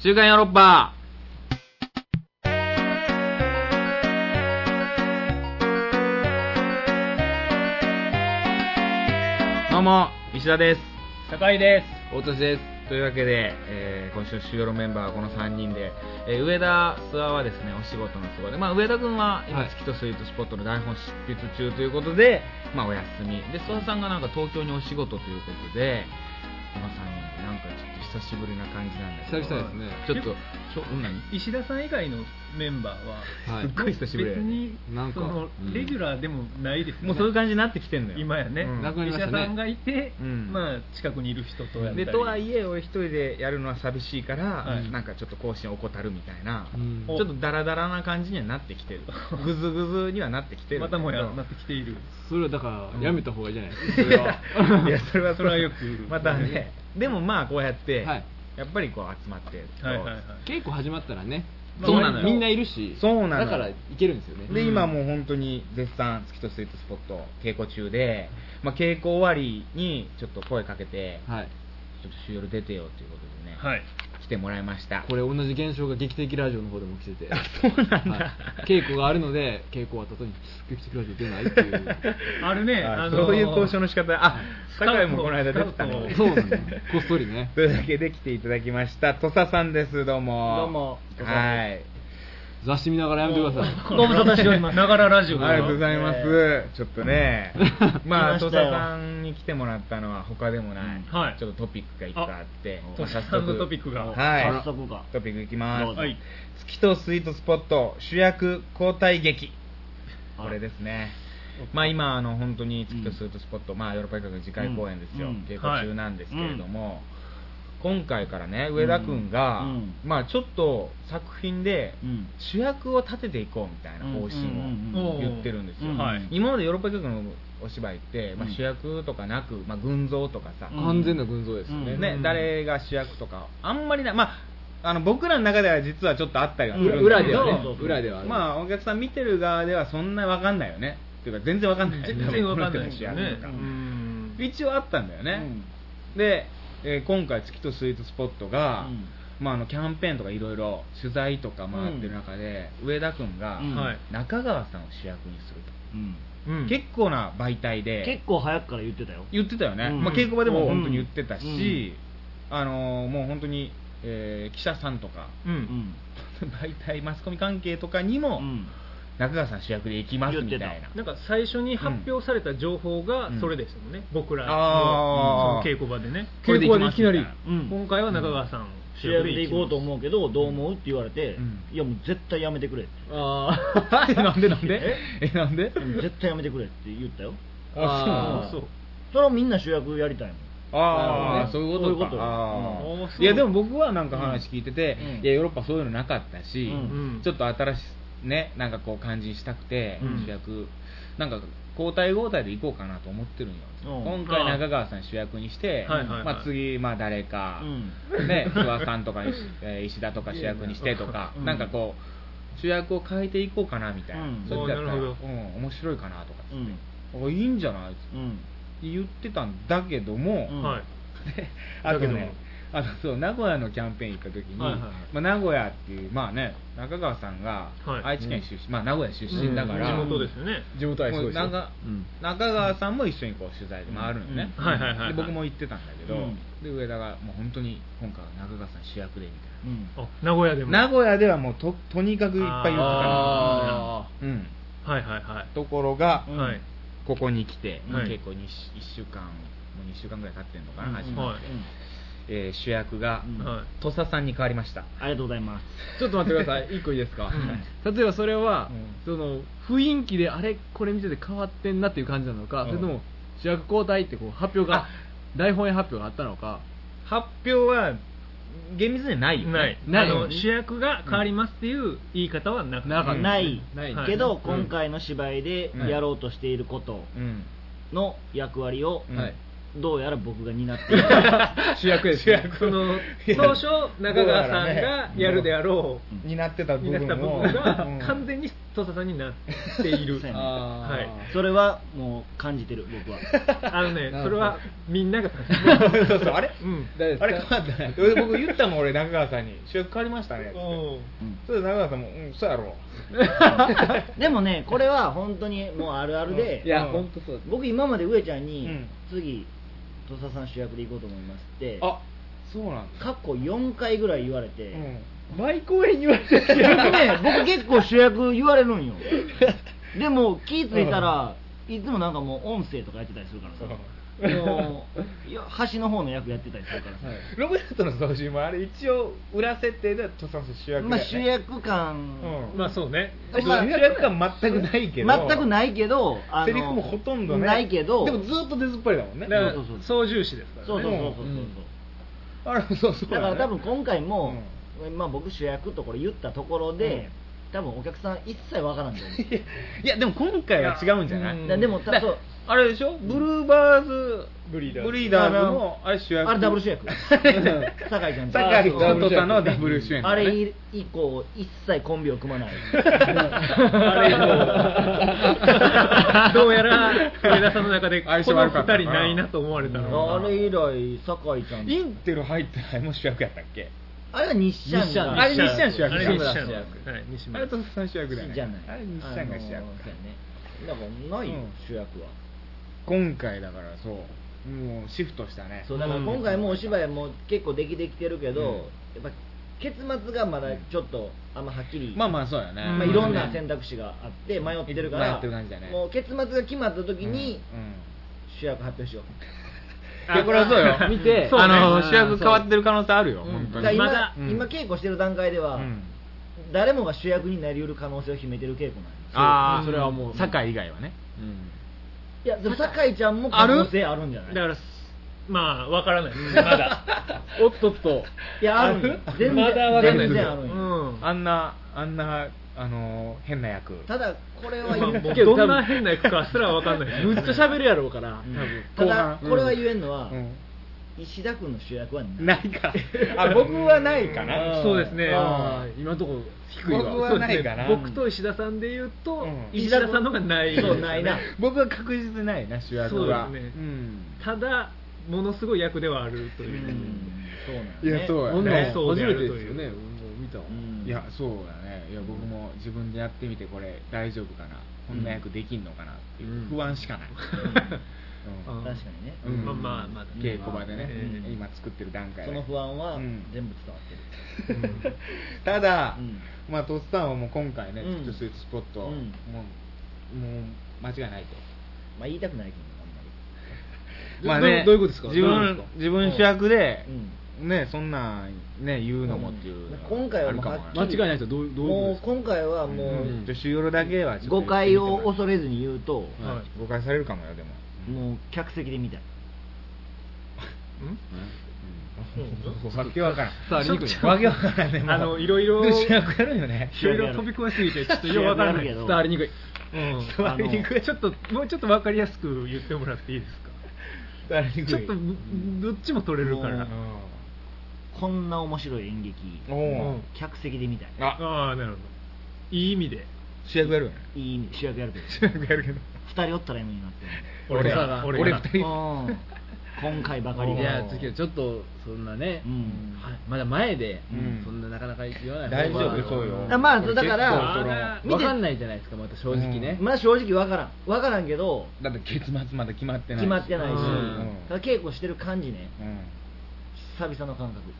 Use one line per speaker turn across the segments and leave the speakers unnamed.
週刊ヨーロッパどうも石田です
高井です。
大俊ですというわけで、えー今週の週ヨロメンバーはこの3人で、えー上田諏訪はですねお仕事の都合で、まあ、上田君は今、
はい
月とスイートスポットの台本執筆中ということで、まあ、お休みで諏訪さんがなんか東京にお仕事ということでこの3人でなんかちょっと久しぶりな感じなんだけど
久々ですね
ちょっとちょ何
石田さん以外のメンバーは、
はい
すっごい久しぶりだ
別
よね
に
なんか
その
うん
レギュラーでもないですよね。
もうそういう感じになってきてんのよ
今やね、
うん
なくなりま
石
した
田
ね
さんがいて、
うん
まあ近くにいる人とやったり。
でとはいえ俺一人でやるのは寂しいから、
はい
なんかちょっと更新怠るみたいな、
うん
ちょっとダラダラな感じにはなってき てるグズグズにはなってきてる
またもやなってきている。
それはだからやめた方がいいじゃないですか、そ
い
れは
やいやそれは
それはよく
またねでもまあこうやって、
はい
やっぱりこう集まって、
はいはいはい。
稽古始まったらね
そうなのよ
みんないるし
そうなのよ
だからいけるんですよね
で、
うん
今もう本当に絶賛月とスイートスポット稽古中で、まあ、稽古終わりにちょっと声かけて、
はい
ちょっと週夜出てよということでね、
はい。
来てもらいました
これ同じ現象が劇的ラジオの方でも来てて
あそうなんだ
はい稽古があるので稽古終わった後に劇的ラジオ出ないっていう
あるね。
あ
あの
そういう交渉の仕方あ
スカウト
酒井もこの間出てた
スカウ
ね
ト
そうなんだよこっそりね
というわけで来ていただきました土佐さんですどうも
どうも
はい
雑誌見ながらやめてください
ご無沙汰しております
ながらラ
あ
ジ
り
オ。
がとうございます、
え
ちょっとねまあ
来
土
まし
佐
たよ
さんに来てもらったのは他でもない、
うんはい
ちょっとトピックがいっぱいあって
あ土佐さんのトピックが
はい
早速か
トピックいきま
どう
す、
ぞ
はい。
月とスイートスポット主役交代劇
あ
これですねまあ今あの本当に月とスイートスポット、まあヨーロッパ企画の次回公演ですよ、
うんうん
稽古中なんですけれども、今回からね上田君が、
うんうん
まあちょっと作品で
うん
主役を立てていこうみたいな方針
うん
う
うん
んう
を
ん
言ってるんですよ、
うん
はい
今までヨーロッパ企画のお芝居って、まあ、
うん
主役とかなく、まあ、群像とかさ、
うん
完全な群像ですよね,、
うん
ね誰が主役とかあんまりない、まあ、あの僕らの中では実はちょっとあったりはするんだけど
裏ではね
そうそうそう
裏ではある
まあお客さん見てる側ではそんな分かんないよねっていうか全然分かんない
全然わかんないですよ
この人。の主
ね
役とか
うん
一応あったんだよね、で、えー今回「月とスイートスポットが」
うん
まあ、あのキャンペーンとかいろいろ取材とか回ってる中で、上田君が
うん
はい
中川さんを主役にすると、
うん
うん
結構な媒体で
結構早くから言ってたよ
言ってたよね、
うん
まあ、稽古場でも本当に言ってたし、あのーもう本当に、えー記者さんとか
う。
うんん
媒体マスコミ関係とかにも、
うん
中川さん主役で行きますみたいな
言って
なんか最初に発表された情報が
うん
それでしたもんね、僕ら
あ
の
ー
その稽古場でね
これで行きますみたいな
うん
今回は中川さん
主役で行こうと思うけどどう思うって言われて
うん
いやもう絶対やめてくれって
あ
えなんでなんでえ なんで
絶対やめてくれって言ったよ
あ
そう
それはみんな主役やりたいもん
ああ、
なるほ
そう
ど
いうこと
ね
そういう
か
ことよ
あ
うんあー
ー
そう
いやでも僕はなんか話聞いてて、
うん
いやヨーロッパそういうのなかったし、
うん
うん
ちょっと新しいねなんかこう感じにしたくて、
うん
主役なんか交代交代で行こうかなと思ってるんよ、
うん
今回中川さん主役にして、
はいはいはい
まあ、次、まあ、誰か、
う
ね諏訪さんとか、えー石田とか主役にしてとか、
うん
なんかこう主役を変えていこうかなみたいな、
うん
それだったら、
おー
う
なんるほ、
面白いかなとかっつ
うん
って、あいいんじゃないっつって
うん
言ってたんだけども、
うん
はい
あと
だけども
ね、あのそう名古屋のキャンペーン行った時に、
はいはいはい
まあ、名古屋っていう、まあね、中川さんが
はい
愛知県出身、まあ、名古屋出身だから、
地元ですよね
地元愛そうですよ
もう中
うん
中川さんも一緒にこう取材で回るのね、
うんはいはいはいはい
で僕も行ってたんだけど、
うん
で上田がもう本当に今回は中川さん主役でみたいな。
う
あ
ん
名古屋でも
名古屋ではもうととにかくいっぱい言ってたか
あ
ら、うん、
はいはいはい
ところが、
うん
はい
ここに来て、
はい
結構 1, 週間もう2週間ぐらい経ってんのかな、
うん
始まって、えー主役が、
うん
はい
土佐さんに変わりました
ありがとうございます
ちょっと待ってください、一個いいですか、例えばそれは、その雰囲気であれ、これ見てて変わってんなっていう感じなのか、
うん
それとも主役交代ってこう発表
あ
が、台本や発表があったのか、
発表は厳密にはないよ、ね、
ない
ない
あの主役が変わりますっていう言い方はなく
なかった
ない
ない
けど、
うん
今回の芝居でやろうとしていること
うん
の役割を
うん
はい
どうやら僕が担っている
主役です、ね、
その当初中川さんがやるであろ う
になってた部
になっ
分
た部
を
分が
うん
完全に土佐さんになっている
そうやね
あー
はい
それはもう感じてる僕は
あのね
なるほど
それはみんなが
そうそうあれ
うん
誰です
あれ変わったね俺僕言ったもん俺中川さんに主役変わりましたねってそれで中川さんも「うんそうやろ
でもねこれは本当にもうあるあるで、
いや
うん
本当そうです
僕今まで上ちゃんに、
うん
次土佐さん主役で行こうと思いますって
あそうなんだ
過去4回ぐらい言われ
う
て、
ん
毎公演言われて
僕
るやん
ね僕 結構主役言われるんよでも気ぃ付いたら、いつもなんかもう音声とかやってたりするからさ、もういや端の方の役やってたりするからさ、
ロベルトの操縦もあれ一応裏設定では土佐さん主役だ
まあ
よね
主役感、
うん
まあそうね
主
まあ
役感全くないけど
全くないけどあの
セリフもほとんどね
ないけど
でもずっと出ずっぱりだもんね
だから
そうそう
操縦士ですからね
そうそうそうそうそう、
うん
あれそうそう
だ
よね
から多分今回も、まあ、僕主役とこれ言ったところで、多分お客さん一切わからん と思う
いやいやでも今回は違うんじゃない
だでもたそう
あれでしょブルーバーズブリーダーズのあれ主役
あれダブル主役酒井ちゃんと
酒井
あ
さんとさんのダブル主演
あれ以以降一切コンビを組 まない
あ れ もどうやら上田さんの中でこの
相性悪か
2
ったな
人ないなと思われたの
あれ以来酒井ちゃん
インテル入ってないも主役やったっけ
あれは西ちゃん
西ち
が
ゃん
あれ西ちゃん主役
あれ西ちゃん
西村主役
はい西
あ
村
れとさん主役だよね
じゃない
あれ西ちゃんが主役か
あのーそうやねだからないよ
うん
主役は
今回だからそうもうシフトしたね
そうだから今回もうお芝居も結構できてきてるけど、
うん
やっぱ結末がまだちょっとあんまはっきり、
まあまあそうやね
まあいろんな選択肢があって迷ってるから、
迷ってる感じだね
もう結末が決まった時
うん
に主役発表しよ
うんいやこれはそうよ
見て
あの
そう
主
ね
役変わってる可能性あるよ
うん
本
う、
当
だ
に
から
ま
今,、
だ
うん
今稽古してる段階では、
うん
誰もが主役になりうる可能性を秘めてる稽古なんですよ
ああ
それはもう
酒井以外はね
いやでも酒井ちゃんも可能性あるんじゃない
だからまあわからないですねま だ
おっとっと
いやあるんよ
ある
全然
まだわかんない
全然あるんよ
うん
あんなあんなあのー変な役
ただこれは 言う
まあ
けど
どんな変な役かすらわかんないです
むっちゃ喋るやろうから多分
ただ
後半
これは言えんのは、
うん
石田君の主役はない
ないかあ僕はないか な
そうですね
あー今のところ低いわ
僕はないかな
僕と石田さんで言うと、
うん
石田さんの方がないです
そ
ね、
うないな
僕は確実にないな主役は
そうですね
ん
ただものすごい役ではあると
う
いう、
んそうなん
い
よね
やそうや
こんなん
ね
そう
初
であ
め
ると
て
いう
ですよねもう見たわ
うん
いやそうだねいや僕も自分でやってみてこれ大丈夫かなこんな役できんのかなっていう不安しかない、うん
うん
確かにね
うん
まあまあまあ
稽古場でね、
うん
今作ってる段階で
その不安は
うん
全部伝わって る、
ただ、
うん
まあ、トスさんはもう今回ね、
うん
ちょっとスイーツスポット、
うん
もうもう間違いないと。
まあ言いたくないけどあんま
まあ
どういうことですか
自
どういう
分
こと
自分主役で、
り、うん
ね、そんなん、ね、言うのもっていう、
うん今回はもう
あるかも
はっき
間
な
違いない人どうどうい
も
う
う
こと
今回はもう、
うんちょっと主要だけはちょっと
誤解を恐れずに言うと、
は
誤解されるかもよでも、
もう客席で見たい
うん、わけわからん
さあリンク
ちょっとわけわからんねもう
あのいろいろ
で主役やるよね
いろいろ飛び越えすぎてちょっとようわからない
いやいや
うん
いや
伝わりにくい
伝わりにくいちょっともうちょっとわかりやすく言ってもらっていいですかちょっとぶどっちも取れるから
もこんな面白い演劇
おお
客席で見たい
あ
ああなるほどいい意味で
主役やるよね
いい意味で主役やるけど
主役やるけど
2人おったらいいのになって
俺
が
が
俺
俺が
二人
思ううん今回ばかり
おー
は
いや次はちょっとそんなね、
うん
はいまだ前で、
うん
そんななかなか言わない
大丈
まあ
夫そうよ
あまあだから
俺結構その
あ
見て
わかんないじゃないですかまた正直ね、
まあ正直わからんわからんけど
だって結末まで決まってない
決まってないし、
うん
ただ稽古してる感じね
う
久々の感覚
ん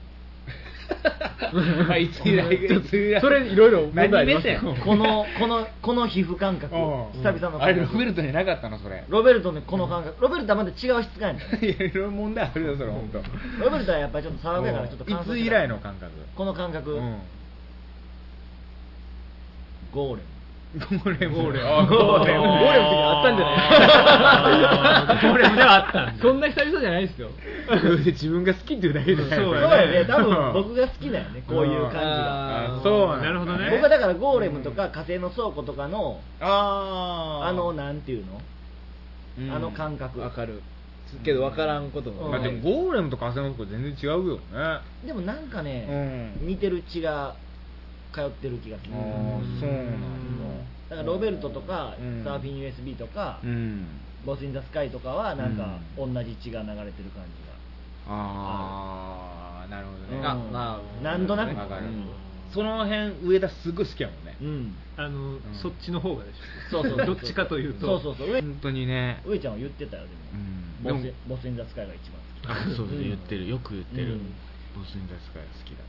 まあ一以来
ちょっとそれいろいろ問題ありますよ
何目線
このこのこの皮膚感覚久
うん
々の感覚
あれロベルトになかったのそれ
ロベルトのこの感覚ロベルトはまだ違う質感やね
いろいろ問題あるよそれ本当
ロベルトはやっぱりちょっと騒ぐやからちょっと乾燥してた
いつ以来の感覚
この感覚、
うん
ゴーレム
ゴーレムゴーレム
ゴーレムゴーレムの時あったんじ
ゴ
ゃない
ーレムではあったんだ
そんな久々じゃないですよ
自分が好きっていうだけで
そう
そう
や
やね多分
が
僕が好きだよねこういう感じが
あ
あー
そう
なるほどね
僕はだからゴーレムとか火星の倉庫とかの
ああ
あのなんていうの、
うん
あの感覚
わかるけど分からんことも
まあ、でもゴーレムとか浅野とか全然違うよね
でもなんかね、
うん
似てる血が通ってる気がする
あーそうなんだ
だからロベルトとか、
うん
サーフィン USB とか、
うん
ボス・イン・ザ・スカイとかはなんか同じ血が流れてる感じが、
ああなるほどね
うん
あ
まあ
なんとなく
わかる
うん
その辺上田すごい好きやもんね
うん
あの、そっちの方がでし
そ
ょ
うそうそう
どっちかというと
そうそうそう上
本当にね
上ちゃんは言ってたよ
うん
でも,ボス、
でも
ボス・イン・ザ・スカイが一番好き
あそうそう言ってるよく言ってる、
うん
ボスに出すから好きだって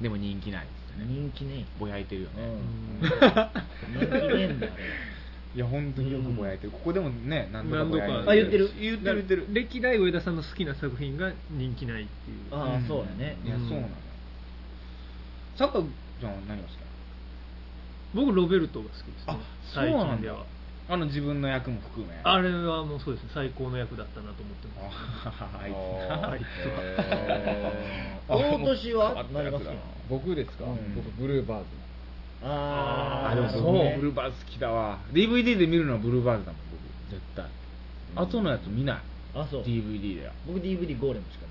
でも人気ないっつってね
人気ね
ぼやいてるよ
う
ね、
ん人気ねえんだよ
いや本当によくぼやいてるここでもね何度かぼやいて
何
る
度か
あ言ってる
言ってる言ってる
歴代上田さんの好きな作品が人気ないっていう
ああそうやね、
いやそうなのよ坂ちゃんは何が好き
僕ロベルトが好きです、ね、
なのそうな
最
ん
近で
だ
は
あの自分の役も含め
あれはもうそうですね最高の役だったなと思ってます
あい
あいつ
あ
大年は何が好きなの
僕ですか、
うん
僕ブルーバーズ
あ
あ
あ
でも
そ
そうう、
ね
ブルーバーズ好きだわ DVD で見るのはブルーバーズだもん僕絶対後のやつ見ない
あそう
DVD では
僕 DVD ゴーレムしか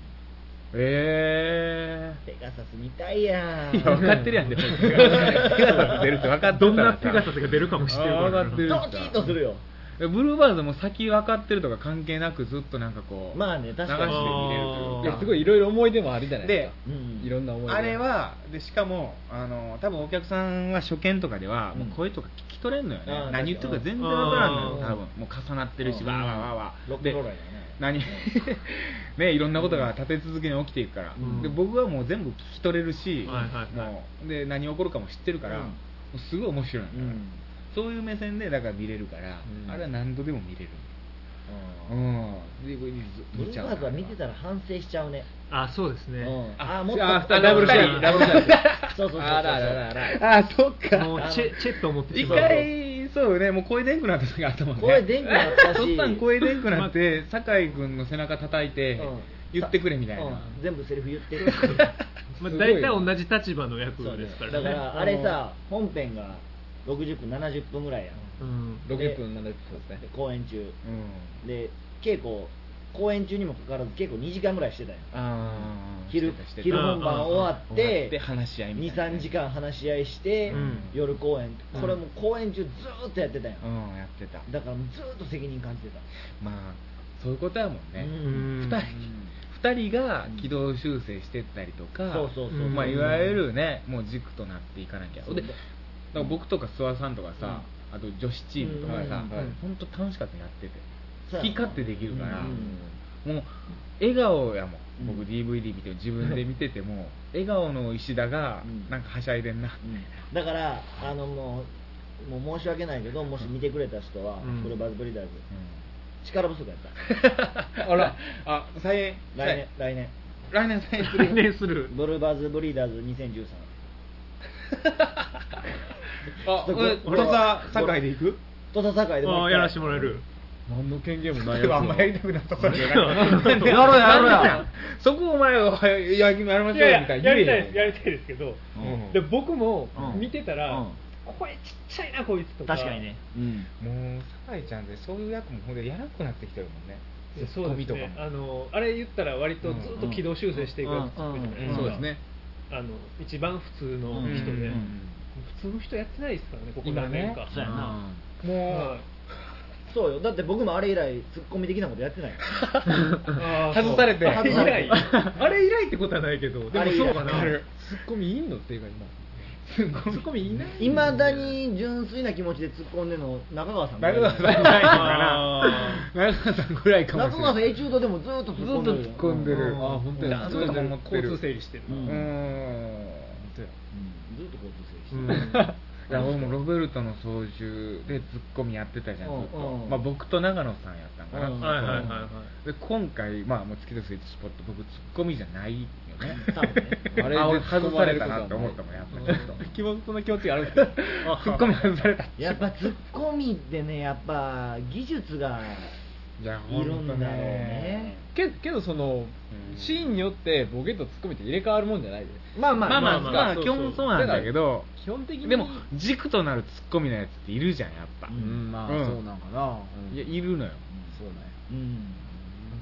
え
ないペガサス見たいやん
えいや分かってるやん でもペガサス出るって分かって
どんなペガサスが出るかも知
し
ってるから
分かってる
ドキッとするよ
ブルーバーズも先分かってるとか関係なくずっとなんかこう
まあね確か
流し
に
て見れると
い
いう
や
か
すごいいろいろ思い出もあるじゃないですか
うん
いろんな思い出
あれはでしかもあの多分お客さんは初見とかでは、もう声とか聞き取れんのよね
あー
何言ってるか全然
確かに
わからんのよ
あ
多
ー
分もう重なってるし、
うん
わーわーわーわー
ロック
で
ローラーやね
何 ねいろんなことが立て続けに起きていくから、
うん
で僕はもう全部聞き取れるし、
はいはいはい
もうで何起こるかも知ってるから、
うん
もうすごい面白いのよ、
うん
そういう目線でだから見れるから、
うん
あれは何度でも見れるう
うん
んでこれず見
ブル
ち
ー
ゃう
バーズは見てたら反省しちゃうね
あそうですね、
うん
あ
あもっと
あダブルシャイダブルシャイ
そうそうそうそう
あらららら
あーそっか
もうチェチェッと思ってし
一
まう
回そうねもう声でんくなった時あったもんね
声でんくなったし
とっさん声でんくなって酒井君の背中叩いて
うん
言ってくれみたいな、
うん全部セリフ言ってる
まあ、大体同じ立場の役
そうね
ですか
だ
ら
か
ね
らあれさ本編が60分70分ぐらいや
う
ん
ん
60分70分ですね
で公演中
うん
で稽古公演中にもかかわらず稽古2時間ぐらいしてたんや
あー
昼
してたしてた
昼本番終わっ
終わってて話し合いみたいなね
23時間話し合いして、
うん
夜公演
うん
これも公演中ずーっとやってたんや、
うんやってた
だからもうずーっと責任感じてた
まあそういうことやもんね、
うん
うん
二2人が軌道修正してったりとか、
そうそうそう
うん
まあ、いわゆるねもう軸となっていかなきゃでだから僕とか諏訪さんとかさ、あと女子チームとかさ、
うん
本当楽しかったやってて
そう
好
や
き
な
勝手できるから、
うん
もう笑顔やもん
う
僕
ん
DVD 見ても自分で見てても笑顔の石田が
うん
なんかはしゃいでんな、
うんだからあのもうもう申し訳ないけどもし見てくれた人は、
うん
ブルーバーズブリーダーズ力不足やった
あらあ 再演
来年来年
来年 再演す
来
る
年する
ブルーバーズブリーダーズ2013
あ
ちょ
え
俺
土佐堺で行く
土佐堺で
ああ
もう一回
やらしてもらえる
何の権限もないや つ
あんまやりたくなさそうじゃ ない
やろう
やろうやそこお前ははややりましょうよみたいに言えよ
りたいですけど、
うん
で僕も
うん
見てたら、
うん
声ちっちゃいなこいつとか
確かにね、
うんもう堺ちゃんってそういう役もほんでやらなくなってきてるもんね
いやそう
ツッコ
で
ミ
す
とか
ね
も
あのあれ言ったら割とずっと軌道修正していくやつ作るじゃない
うんそうですね
あの一番普通の
うん
人で、
うん
普通の人やってないですからねここ
今
何年
ね
か、
そうやな
もう
そうよだって僕もあれ以来ツッコミ的なことやってないからね
あー
外されて
そうあれ以来
外され
あれ以来ってことはないけどで
あ
も
れ以来
そうかな
ある
ツッコミいんのっていうか今
ツッコミ
ツッコミいない
いまだに純粋な気持ちで突っ込んでるの中川さんぐらい
中川さんぐらいかな中川さんぐらいかもしれ
中川さ
なんい
エチュードでもずっと突っ込んでるよ
ずっと突っ込んでる
う
あ本当や
ずっともう
ずっと持って
交
る
通整理してるな、
うん
うーん
うんずっと交通整理して
う
る、
ん
いや俺もロベルトの操縦でツッコミやってたじゃんずっと、
うんうん
まあ、僕と長野さんやったんかな、
うん
はいはいはいは
で今回、まあ、もう月とスイッチスポット僕ツッコミじゃないよね
多分ね
あれ俺外されたなって思ったもんやっぱりちょっと
気持ちそんな気持ちがあるんですか
ツッコミ外された
やっぱツッコミってねやっぱ技術が
いや
いるんだろうね
けけどその
うん
シーンによってボケとツッコミって入れ替わるもんじゃないで
まあまあ
まあまあまあ、まあ、
そう
基
そう
本そうなんだけど
す基本的に
でも軸となるツッコミのやつっているじゃんやっぱ、
うんまあ
うん
そうなんかな、うん
いやいるのよ
そうなんや
うん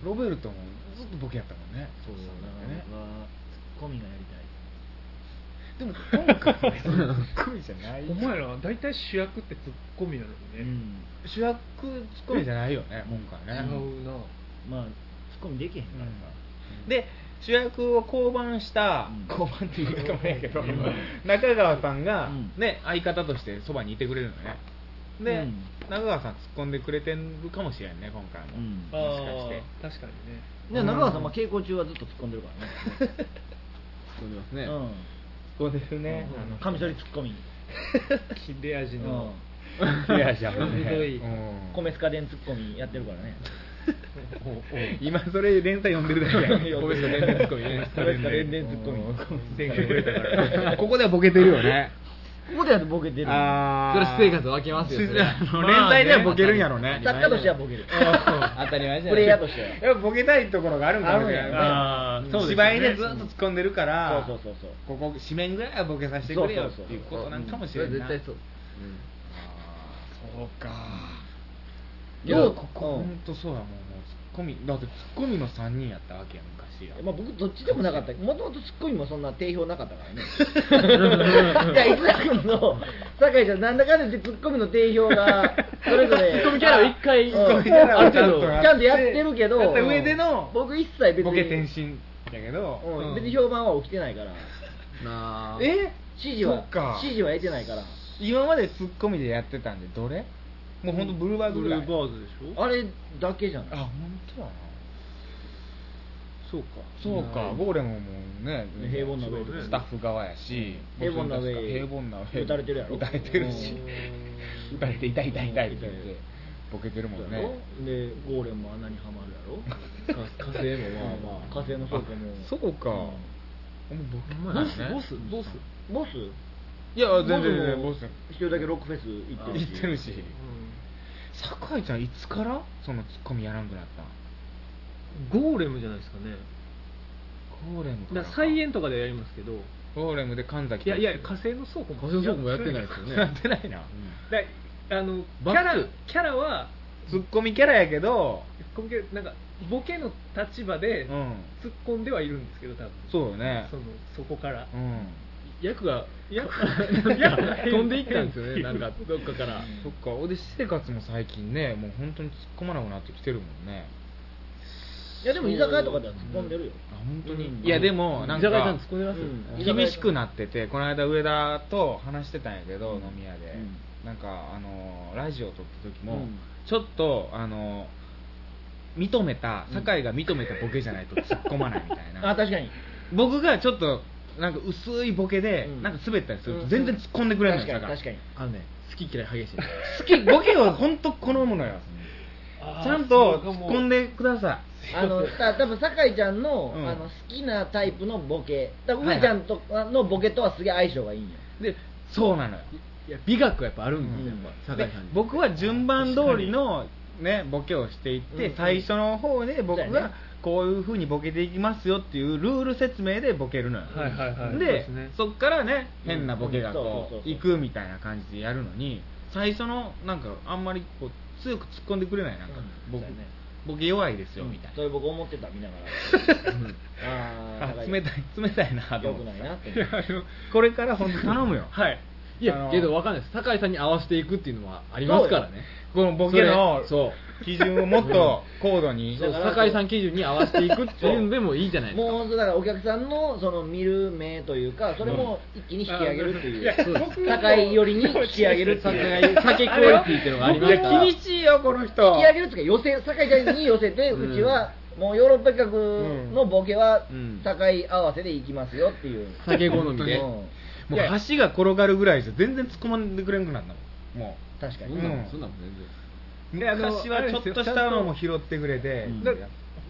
ロベルトもずっとボケやったもんね
そうだ
ね
ね僕はツッコミがやりたい
でも今回は ツッコミじゃない
お前ら大体主役ってツッコミなの
う
にね、
ん
主役ツッコミじゃないよね今回ね
違うな
まあツッコミできへんからさ、
で主役を降板した、
うん
降板っていうかもやけど、
うん
中川さんが、
うん
ね、相方としてそばにいてくれるのねで、
うん
中川さん突っ込んでくれてるかもしれんね今回も、
うん
もしかして
あー確かにね
で中川さん、まあ、稽古中はずっと突っ込んでるからね
突っ込んでますね、
うん
突っ込んでるね、あの
カミソリツッコ ミ、
切れ味の、
いやじゃあね
ひどい
うん
米スカデンツッコミやってるからね
今それ連載読んでるだけやん
米塚連連ツッコミね
米スカデンツッコミ
うん
全国出たから
ここではボケてるよね
ここではボケてる
あ
それ私生活を分けますよそれ
あの連載ではボケるんやろうね
作家としてはボ ケる
当たり前じゃ
プ
ない
レイヤーとしては
やっぱボケたいところがあるんかもしれな
ある
い
ん
ね
や
あーそうですね芝居でずっと突っ込んでるから
そうそうそう
ここ紙面ぐらいはボケさせてくれよっていうことなんかもしれんない
絶対そう、
そうか
いや
ようここ
うん
本当そうやもんもうツッコミだってツッコミの三人やったわけや昔や
そうまあ僕どっちでもなかったもともとツッコミもそんな定評なかった からねいや伊沢君と酒井ちゃんなんだかんだ言ってツッコミの定評がそれぞれ ツッコミキャラを一回
ツッコミキャラ
あ
を
る
ちゃんと
程度ちゃんとやってるけど
やった上での
僕一切別に
ボケ転身やけど
うん
うん
別に評判は起きてないから
なあ
え
指示は
そっか
指示は得てないから
今までツッコミでやってたんでどれもう本当ブルーバーグ
ブ
ぐ
ル
らい
ーバーズでしょ
あれだけじゃ
あ
ない
本当やな
そうか
そうかゴーレムもね
平凡なウェイとかね
スタッフ側やし
平凡なウェイ
平凡なウェイ
打たれてるやろ
打たれてるし
うん
打たれて痛い痛い痛いって言ってボケてるもんね
でゴーレムも穴にはまるや ろ
火星もまあまあ
火星の倉庫も
そこかもう僕
ボスボスボス
ボス
いや全然全然ボ
ボ
ス
スも一人だけロックフェス行ってる
言
し
ってるし
う
酒井ちゃんいつからそのツッコミやらんくなったん
んゴーレムじゃないですかね
ゴーレム
だ
ら
から再演とかでやりますけど
ゴーレムで神崎
いやいや火星の倉庫も
火星の倉庫もやってないですよね
やってないな
だあのキ
バ
ャ
ッ
ラ
ク
キャラは
ツッコミキャラやけど
こけなんかボケの立場で
うん
突っ込んではいるんですけど多分
そうよね
そのそこから
うん
役が
役
役が飛んでいったんです よねなんかどっかから
そっかで私生活も最近ねもう本当に突っ込まなくなってきてるもんね
いやでも居酒屋とかでは突っ込んでるよ
あ本当に、
うん
いやでもなんか
居酒屋さん突っ込んでますよ
うん
厳しくなっててこの間上田と話してたんやけど、飲み屋で、
うん
なんかあのラジオ撮った時も、
うん
ちょっとあの認めた酒井が認めたボケじゃないと突っ込まないみたいな
あ確かに
僕がちょっとなんか薄いボケで、
うん
なんか滑ったりすると全然突っ込んでくれない
確かに確かに
あのね好き嫌い激しい
好きボケは本当好むの よちゃんと突っ込んでくださ
あのた多分酒井ちゃんの,、
うん
あの好きなタイプのボケだから上ちゃんとのボケとはすげえ相性がいいんよ
いでそうなのよ
いや美学やっぱあるんですよ、
うん
やっぱ酒井さん
で
に
僕は順番通りの、ね、ボケをしていって、
うん
最初の方で僕
そうや
が
ね
こういうふうにボケていきますよっていうルール説明でボケるのよ、
はいはいはいそうで
です
ね
そっからね変なボケが
うんそう
こ
そうそうそう
う行くみたいな感じでやるのに最初のなんかあんまりこう強く突っ込んでくれないなんか、
うん
僕
そうやね
ボケ弱いですよみたい
そ
な、
れ僕思ってた見ながらあ
あ冷たい冷たいなと
よ
思
く
っ
な
て
いなって
これから本当頼むよはい
いやけどわかんないです酒井さんに合わせていくっていうのはありますからね
このボケの
そ
基準をもっと高度に
そう酒井さん基準に合わせていくっていうのでもいいじゃないですか
もうだからお客さんのその見る目というかそれも一気に引き上げるって
い
いう
やそうです
高い寄りに引き上げるっていう
酒酒クオリティっていうのがありますから
いや厳しいよこの人
引き上げるというか寄せ酒井ちゃんに寄せて
うん
うちはもうヨーロッパ企画のボケは
うん
高い合わせでいきますよっていう
酒好みで
うん
もう橋が転がるぐらいじゃ全然突っ込まんでくれんくなったもんも
確か
そ
に
んなもん、
うん
そんなもん全然
う
であの
昔はちょっとしたのも拾ってくれて、
うん
だ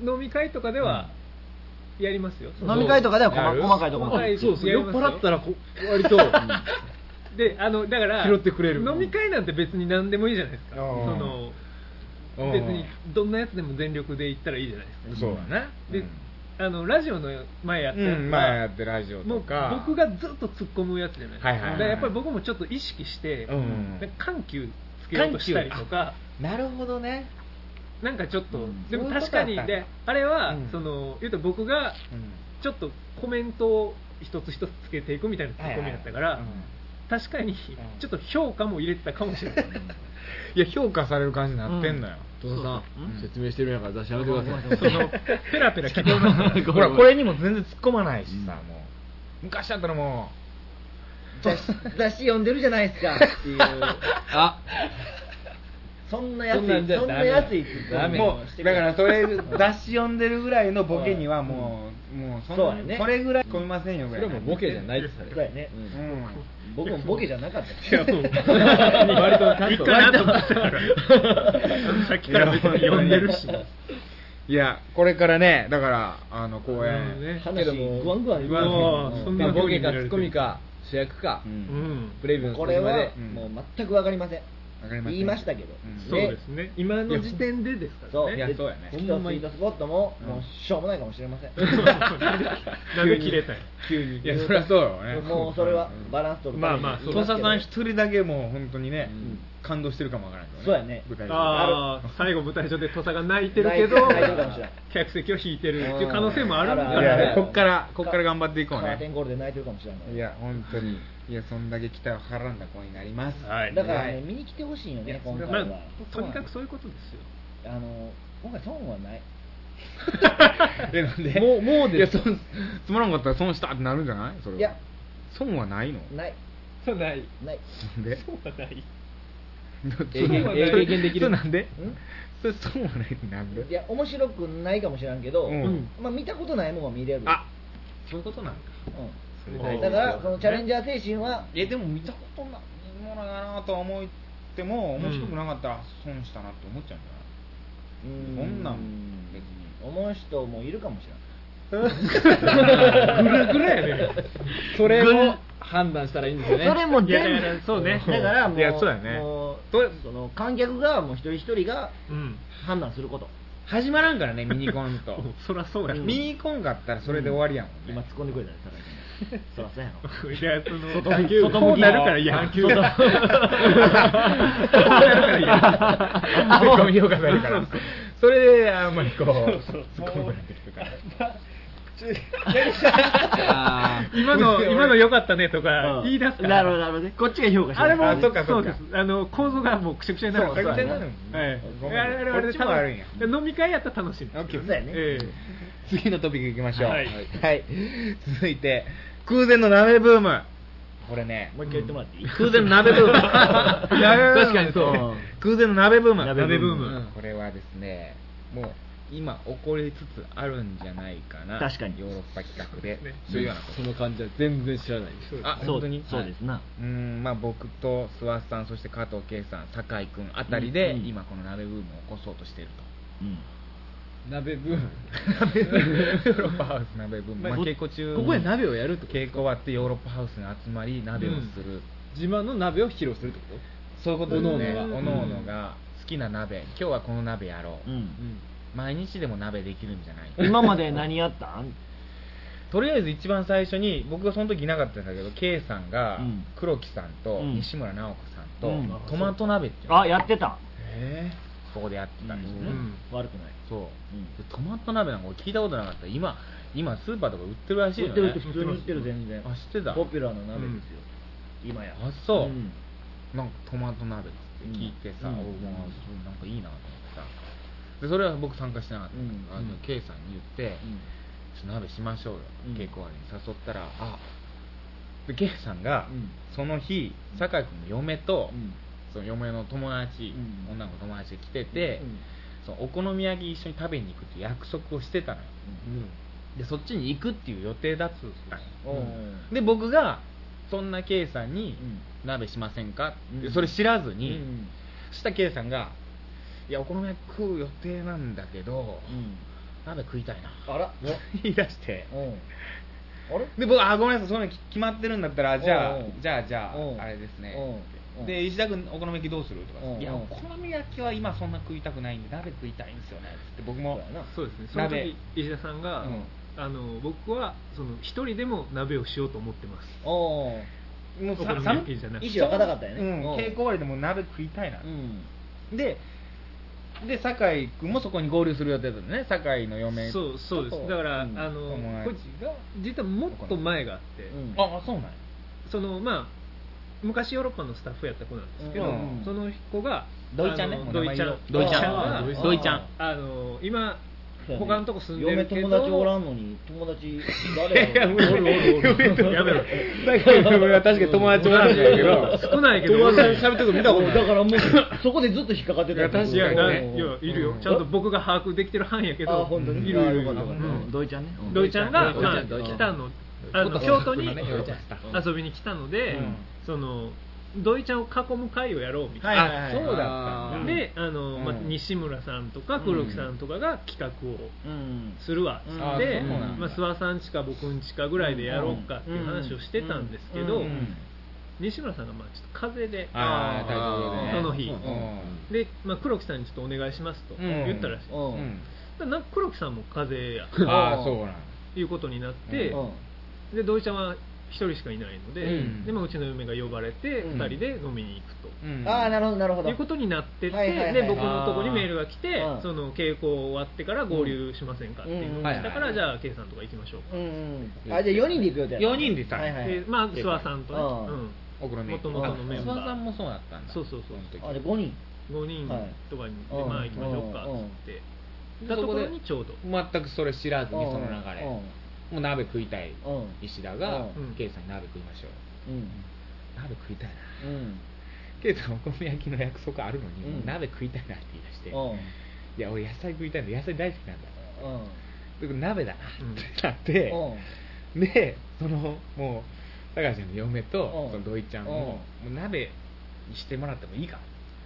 飲み会とかではやりますよ、
飲み会とかでは細細かいところま
は
で
い
そうそう
や
酔
りま
っ
すよ
払ったらこ 割と、
であのだから
拾ってくれる
飲み会なんて別に何でもいいじゃないですかそ
あー
の
うん
別にどんなやつでも全力で行ったらいいじゃないですか
そうだね
で、
うん
あのラジオの前やったやつは、
うん前やってラジオとか
もう僕がずっと突っ込むやつじゃないですか,、
はいはいはい
だからやっぱり僕もちょっと意識して、
うん
なんか緩急つけようとしたりとか
なるほどね
なんかちょっと、
うん
でも
そういう
確
ことだったん
かに
だ
であれは、
うん
その言うと僕がちょっとコメントを一つ一つつけていくみたいなツッコミだったから、確かにちょっと評価も入れてたかもしれない、
いや評価される感じになってんのよ、
父さん
そうそううん
説明してるんやから雑誌やめてください
その
ペラペラ聞こえました
うん
ほらこれにも全然突っ込まないしさ、もう昔だったらも
雑誌雑誌読んでるじゃないですかっていう
あ
そんな安い
そ
そ
ん
ん
なんじゃダメ
な安いって言って
う
ダメ
もうだからそれ雑誌読んでるぐらいのボケにはもう、もうそんな
そうやね
これぐらい込みませんよ
そ
ぐ
れ
らい
はもうボケじゃないです
そうやね
う
うん
ん
僕もボケじゃなかったで
い
す
やもう
割とちゃんと
一回なんと思ったから さっきから別に呼んでるし
いやこれからねだからあの公
なるほど
演、
ね
話グワングワン言わ
もうそんな
まあボ
風に
ケ
見
からツ
れてる
ッコミか主役か
うん
うん
プレビューの
こ
数
れ
字ま
は
で
うん
もう全く分かりません
わかりません
言いましたけど
うん
そうですね
今の時点でです
そう
いや
で
そうやね
好きなスイートスポットも
うん
もうしょうもないかもしれません
なんで切れたんや
急にいやそりゃそうよね
もうそれはバランス取るために
まあまあそう
土佐さん
言います
一人だけもう本当にね、
うん
感動してるかもわからんけど
そうやね
舞台上で
ああ最後舞台上で土佐が泣いてるけど
泣いてるかもしれない
客席を引いてるっていう可能性もあるんだ
あ
い
ら
か
あら
ら
やい
ね
やこっからこっから頑張ってい
けど
こう
カーテン
ね
ゴールで泣いてるかもしれない
いや本当にいやそんだけ期待をはらんだ子になります
はい
だから
は
ね
い
見に来てほしいよ
いや
ね今回
それ
ま
は
は
あとにかくそういうことですよ
あの今回損はない
えなんで
もうもう
いや
です
そんつまらんかったら損したってなるんじゃないそれはい
や
損はないの
ない
そうない
ない
なんで
そうはない
ええ経験できる
それなんで
ん
それ損はないってなんで
いや面白くないかもしれんけど、
うん
まあ、見たことないもんは見れる
あそういうことなのか
う
それ大
ん
事で
だ
す
か
よ
らそのチャレンジャー精神は
えでも見たことないものだなとは思っても面白くなかったら損したなって思っちゃうんじゃない、
う
そんなん別に
思う人もいるかもしれない
ぐるぐるやね
それを判断したらいいんですよね
それも
いやいやい
全部
やそうね
だからもう
いやそうやね
もう
それ
その観客がもう一人一人が
うん
判断すること
始まらんからねミニコンと
そらそうや
ミニコンがあったらそれで終わりやもんね、
今突っ込んでくれたね高 井君そらそうやろ
いやその
外向き外向
こう
き
なるから嫌
外
こうなるから嫌
あゴミ評価されるからそれであんまりこう突っ込まれてるとか
あー
今の今の良かったねとか
うん
言い出すから
なるほどなるほどねこっちが評価して
あれ
る
も
あそっかそ
そ
っ
う
か
ですあの構造がもうくしゃくしゃになるから
そうくしゃくしゃになるもんね
はい
ごめん
あれあれあれ
こっちもあるんや
多分飲み会やったら楽しいです
オッケー
そうやね
え
次のトピックいきましょう
はい
はい続いて空前の鍋ブームこれね
もう一回言ってもらっていい
空前の鍋ブーム 確
かにそう
空前の鍋ブーム
鍋ブーム
うんこれはですねもう今起こりつつあるんじゃないかな
確かに
ヨーロッパ企画で
ね
というようなこと
その感じは全然知らないです
あ
そう
本当に
そうですな
うんまあ、僕と諏訪さんそして加藤圭さん酒井君あたりで、
うんうん
今この鍋ブームを起こそうとしていると
鍋ブーム
ヨ ーロッパハウス鍋ブーム、まあ、
こ
稽古中
ここで鍋をやるってこと
稽古終わってヨーロッパハウスに集まり鍋をする、
自慢の鍋を披露するってこと
そういうことですね
各々が
おのおのが好きな鍋今日はこの鍋やろう、
うん
毎日でも鍋できるんじゃない
うん今まで何やったん
とりあえず一番最初に僕がその時いなかったんだけど圭さんが
うん
黒木さんと
うん
西村直子さんと、
うん
トマト鍋っていうのを
あやってた
ここでやってたんですよね、
うん
悪くない
そう、
うん
でトマト鍋なんか俺聞いたことなかった今今スーパーとか売ってるらしい
売っ
よ
て
ね
る普通に売ってる全然
あ知ってた
ポピュラーな鍋ですよ今や
あそう、
ん
なんかトマト鍋って聞いてさ、
うん
お
うん
まあそうなんかいいなと思ってさでそれは僕参加してなかったんだけど、
う
あ
ん
のケイさんに言って、
うん
ちょっと鍋しましょうよ、
うん
稽古終わりに誘ったらあでケイさんが、
うん
その日酒井君の嫁と、
うん
その嫁の友達、
うん
女の子の友達が来てて、
うん
そのお好み焼き一緒に食べに行くっていう約束をしてたのよ、でそっちに行くっていう予定だったんです
うんおう
で僕がそんな K さんに
うん
「鍋しませんか?」って
うん
それ知らず
う
に、
ん
そしたら K さんが「いやお好み焼き食う予定なんだけど、
うん
鍋食いたいな」
あら
言い出して
うんあれ
で僕「あごめんなさいそういうの決まってるんだったらじゃあ
うんうん
じゃあじゃ
うん
ああれですね」
うん
で石田君お好み焼きどうする?」とか
うん
「いやお好み焼きは今そんな食いたくないんで鍋食いたいんですよね」つって僕も
そうやな
そうですねその時石田さんが、
うん
あの僕はその一人でも鍋をしようと思ってます
おー
もう
お好み焼きじゃなくて
一
意思は固かったよね
うん
うん
稽古終わりでもう鍋食いたいな
うん
でで酒井君もそこに合流する予定だったんだね酒井の嫁
そうそうですだから
うん
あの
友達が
実はもっと前があって、
うん
ああそうなんや
そのまあ昔ヨーロッパのスタッフやった子なんですけど、
うん
その子が
ドイちゃんね
あのドイちゃん
ドイちゃ
が
ん
ドイちゃん
ドイちゃん
あの今他のとこ住んでるけど
嫁友達おらんのに友達誰やろ
やめろ
酒井の嫁は確かに友達おらんやけど
少ないけど
友達と喋ってるの見たことない
だからもうそこでずっと引っかかってた
いや確かに
いやだい
ね
やいるよ、ちゃんと僕が把握できてる範囲やけ
あ
ど
本当に
いるいるいる
あよかったよかった
うん
ドイちゃんねうん
ドイちゃんが、
ドイち
ま
ゃ
あ、
んドイちゃん
来たのあの
元
京都に
元京都だ
遊びに来たので、
うん
そのドイちゃんを囲む会をやろうみたいな、
あそうだったんだ
であの、まあ、
うん
西村さんとか黒木さんとかが企画を
うん
するわっつ
あ
って、
そうなんだ
まあ、諏訪さんちか僕んちかぐらいでやろうかっていう話をしてたんですけど、
うん
うん
西村さんがまあちょっと風邪で。
ああ体調でね
その日
うん
で、まあ、黒木さんにちょっとお願いしますと
うん
言ったらしい、
う
うんん
だからなんか黒木さんも風邪や
ああそうなん
いうことになって、
うん
で土井ちゃんは一人しかいないので,、
うん
でまあ、うちの嫁が呼ばれて
う
二
ん
人で飲みに行くと。
うん
ああなるほどなるほど
いうことになってて、
はいはいはい
で僕のところにメールが来て
あー
その稽古終わってから合流しませんかっていう
うん
のだからじゃあ K さんとか行きましょうか、
うんうんあじゃあ4人で行くよって
四人で行ったの
はいはい
でまあ諏訪さんとね、
あー
うん
お好み
元々のメンバ
あ
ー
諏訪さんもそうだったんだ
そうそうそう
の時
あじゃあ5人
5人とかに、
はい
でまあ行きましょうか
うん
って言って
ん
たところにちょうど
全くそれ知らずにその流れ
うん
もう鍋食いたい
うん
石田が
うん
ケイさんに鍋食いましょう
うん
鍋食いたいな
うん
ケイさんお米焼きの約束あるのに、
うん
鍋食いたいなって言い出して、
うん
いや俺野菜食いたいんだ野菜大好きなんだ
うん
で鍋だな
うん
ってなって、でそのもう高橋の嫁と
うん
その土井ちゃんも,、
うん
もう鍋にしてもらってもいいか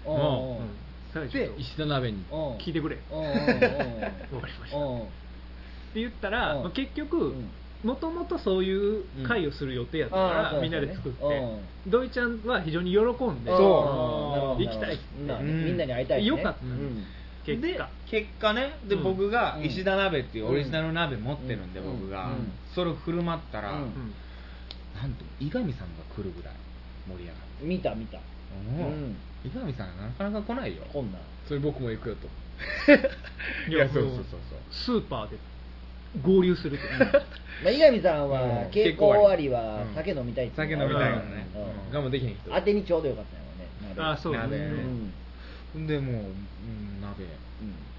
うん
も
うん
最初
で
石田鍋に
うん
聞いてくれ
うんうん
わかりました
うん
って言ったら、
うん
まあ、結
う
局
ん
もともとそういう会をする予定やったか
ああ
ら、
そう
みんな
よね
で作って、
うん
土井ちゃんは非常に喜んで
そう
そ
行きたいっつって
みんなね
うん
みんなに会いたいしね
よかった
うん
結
で
果
結果ねで、
うん
僕が
うん
石田鍋っていうオリジナル鍋持ってるんで、
うん
僕が、
うん
それを振る舞ったら、
う
うんん
なんと伊上さんが来るぐらい盛り上がって
見た見た
うん伊上さんなかなか来 ないよ
こんなん
それ僕も行くよとい
いや
やそうそう
もう
そうそう
スーパーで合流すると
まあ、井上さん
う
は
ん
稽古終わりは
うん
酒飲みたいって
酒
う
飲
の
みたい
が
からね、
うん
うん我慢できへん人
当てにちょうどよかったよね
ああそうだね
鍋
う
ね
ん
でもう、うん、鍋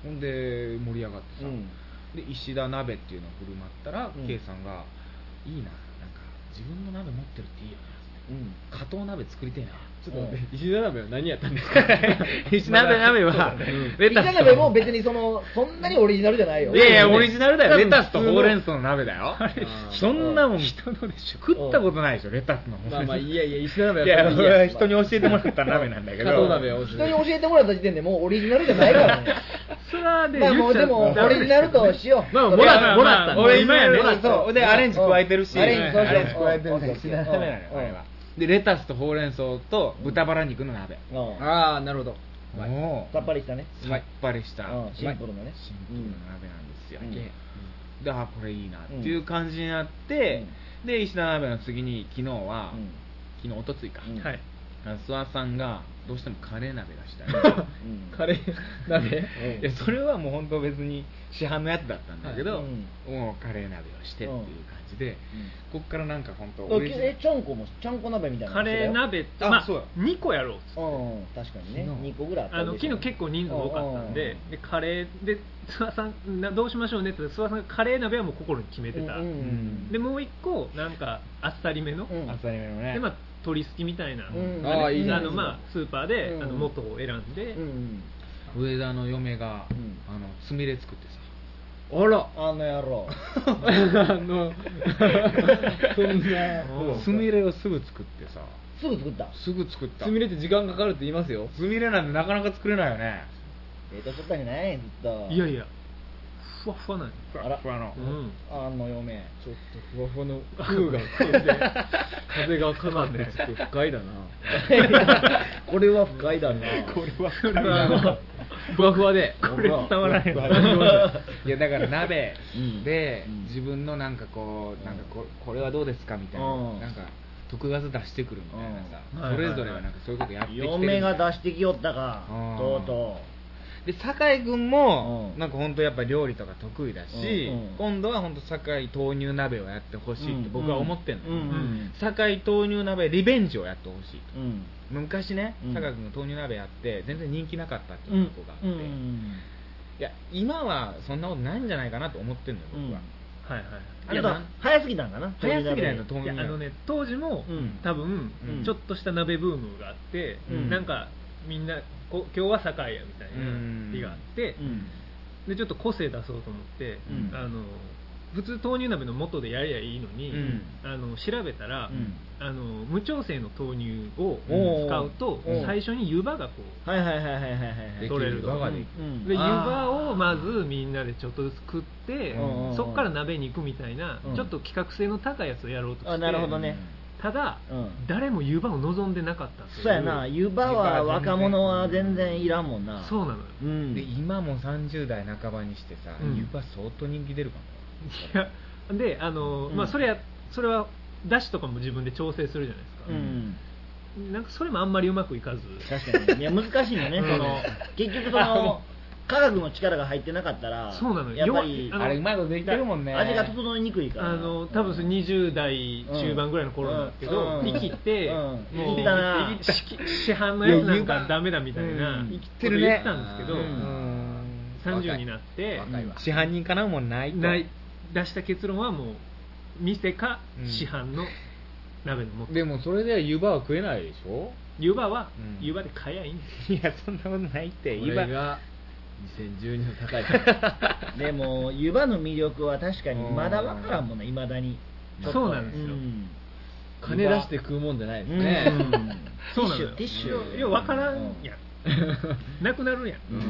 ほんで盛り上がってさ、
うん
で石田鍋っていうのを振る舞ったら、
うん
K さんが「いいななんか自分の鍋持ってるっていいよな」
うん
加藤鍋作りてえな
ちょっ
と
と待
待
っ
って
石田鍋は何やったんです か
て石田鍋はレ
石
タ
田
ス
鍋も
と
別にそのそんなにオリジナルじゃないよ
いやいやオリジナルだよ
多分
レタスとほうれん草の鍋だよそんなもん人のでしょ食ったことないでしょレタスのほう
まあ
れん
ま
草
あいやいや石田鍋
いや
は
俺は人に教えてもらった鍋なんだけど
加藤鍋は
人
教え
に
て
教えてもらった時点でもうオリジナルじゃないからね
それはで
まあ
言
も
っ
う
ちゃ
で
うと
もオリジナ ルとしよう
まあ
そ
も
れ
ら
は
った
まあ
もらったん
まあ
だ
俺今やね
もらった
そうでアレンジ加えてるし
うんアレンジそうし
ア
よう
レンジ加えてる
うん
から石田鍋なのよあれはでレタスとほうれん草と豚バラ肉の鍋
うん
ああなるほど
もう
さっぱりしたね
さっぱりした
うんシンプルなね
シンプルな鍋なんですよ、
うん
でであこれいいなっていう感じになって、で石田鍋の次に昨日は、
うん
昨日おとついか、
うん
はい
あの諏訪さんがどうしてもカレー鍋がしたい
うん
カレー鍋
いやそれはもう本当別に市販のやつだったんだけど、
はい
もうカレー鍋をしてっていう感じで、こっからなんか本当
うん
オリジナル
えちゃんこもちゃんこ鍋みたいな
カ
のしてた
レ
よ
ー鍋って
あ
まあ
そうや
2個やろうっつって
うん確かにね
昨日
二個ぐらいった
あの
でし
昨
ょ
日結構人数多かったんで
う
でカレーで諏訪さんなどうしましょうねって言ったら諏訪さんがカレー鍋はもう心に決めてた、
うんうん
でもう一個なんかあっさりめの、
うん
朝夢のね
でまあ鶏すきみたいな、
うん
のがね
ああいいね
あのまあスーパーで、
うん
あの元を選んで、
うん
上田の嫁が、
うん
あのつみれ作ってさ
あら
あの野郎
あの そんな
うん
つみれをすぐ作ってさ
すぐ作った
すぐ作った
つみれって時間かかるって言いますよ
つみれなんてなかなか作れないよね
冷凍しとったんじゃないずっと
いやいやふわふわなんよ
ふ
あら
わふわの、
うん
あの嫁
ちょっとふわふわの風が吹いて風がかかってちょっと不快だな
これは不快だ な
れはこれ
ふわふわで
これ伝わらないわいやだから鍋で
うん
自分のなんかこうなんかここれはどうですかみたいな
うん
なんか特ガス出してくるみたいなさ
うん
それぞれはなんかそういうことやってきてる
嫁が出してきよったか
うん
とうと
で酒井君も
うん
なんか本当やっぱ料理とか得意だし、
うんうん
今度は本当酒井豆乳鍋をやってほしいって僕は思ってんの、
うんうん
うん
酒井豆乳鍋リベンジをやってほしいと、
うん
昔ね
うん
酒井君が豆乳鍋やって全然人気なかったって
う
いうんとこがあっ
う
て、
んうん
いや今はそんなことないんじゃないかなと思ってんのよ僕は、
はいはい
あ
や
れ
っぱ
な
早すぎたんかな
早すぎないの
と
豆
い
乳
やあ
鍋
のね当時も、
うん
多分、
うん
ちょっとした鍋ブームがあって、
うん
なんかみんなこ今日は酒屋みたい
うん
な日があって、
うん
でちょっと個性出そうと思って、
うん
あの普通豆乳鍋の元でやりゃいいのに、
うん
あの調べたら、
うん
あの無調整の豆乳を
おー
使うと
おー
最初に湯葉がこう
はいはいはいはいはいはいはい
でき
取れ
る
ると
バカできる
うん
で湯
あー
葉をまずみんなでちょっとずつ食って、
うん
そこから鍋に行くみたいな、
うん
ちょっと企画性の高いやつをやろうとして
あなるほどね
ただ、
うん
誰も湯葉を望んでなかったってい
そうやな湯葉は若者は全然いらんもんな
そう
う
なのよ
ん
で今も30代半ばにしてさ、
うん
湯葉相当人気出るかも
いやであの、
うん
まあそれやそれはだしとかも自分で調整するじゃないですか、
うん
なんかそれもあんまりうまくいかず
確かにいや難しいよね
うん
その結局その科学の力が入ってなかったら
そうなのよ
やっぱり
あ
あ
の
れうまいことできてるもんね
味が整いにくいから
あの多分それ20代中盤ぐらいの頃なんですけど、
うん
生きて、
うん
もう
生きたな
市市販のやつなんかダメだみたいな、
うん
生き
てるね
言ったんですけど、
うん
30になって
若いわ市販人かなもんないと
ない出した結論はもう店か
うん
市販の鍋のも
でもそれでは湯葉は食えないでしょ
湯葉は
うん
湯葉で買えばいいんです
いやそんなことないって
これ
湯葉
が2012の 高いから
でも湯葉の魅力は確かにまだわからんもんないまだに
よそうなんですよ、
うん
金出して食うもんじゃないです
うん
ね、
そうなのよ
ティッシュティッシュ
よう分からんやん、なくなるやん、
うん
テ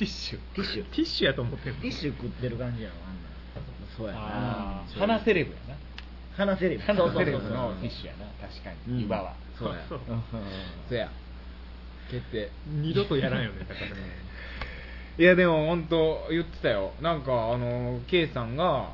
ィッシュティッシュティッシュやと思ってる
ティッシュ食ってる感じやろあんな
そうやな
あー
花セレブやな
話せるよ
花セ
そう
レ
そう
ブ
そう
のティッシュやな確か
うん
に湯葉は
そうやそう
そうや決定
二度とやらんよねだから
いやでも本当言ってたよなんかあの K さんが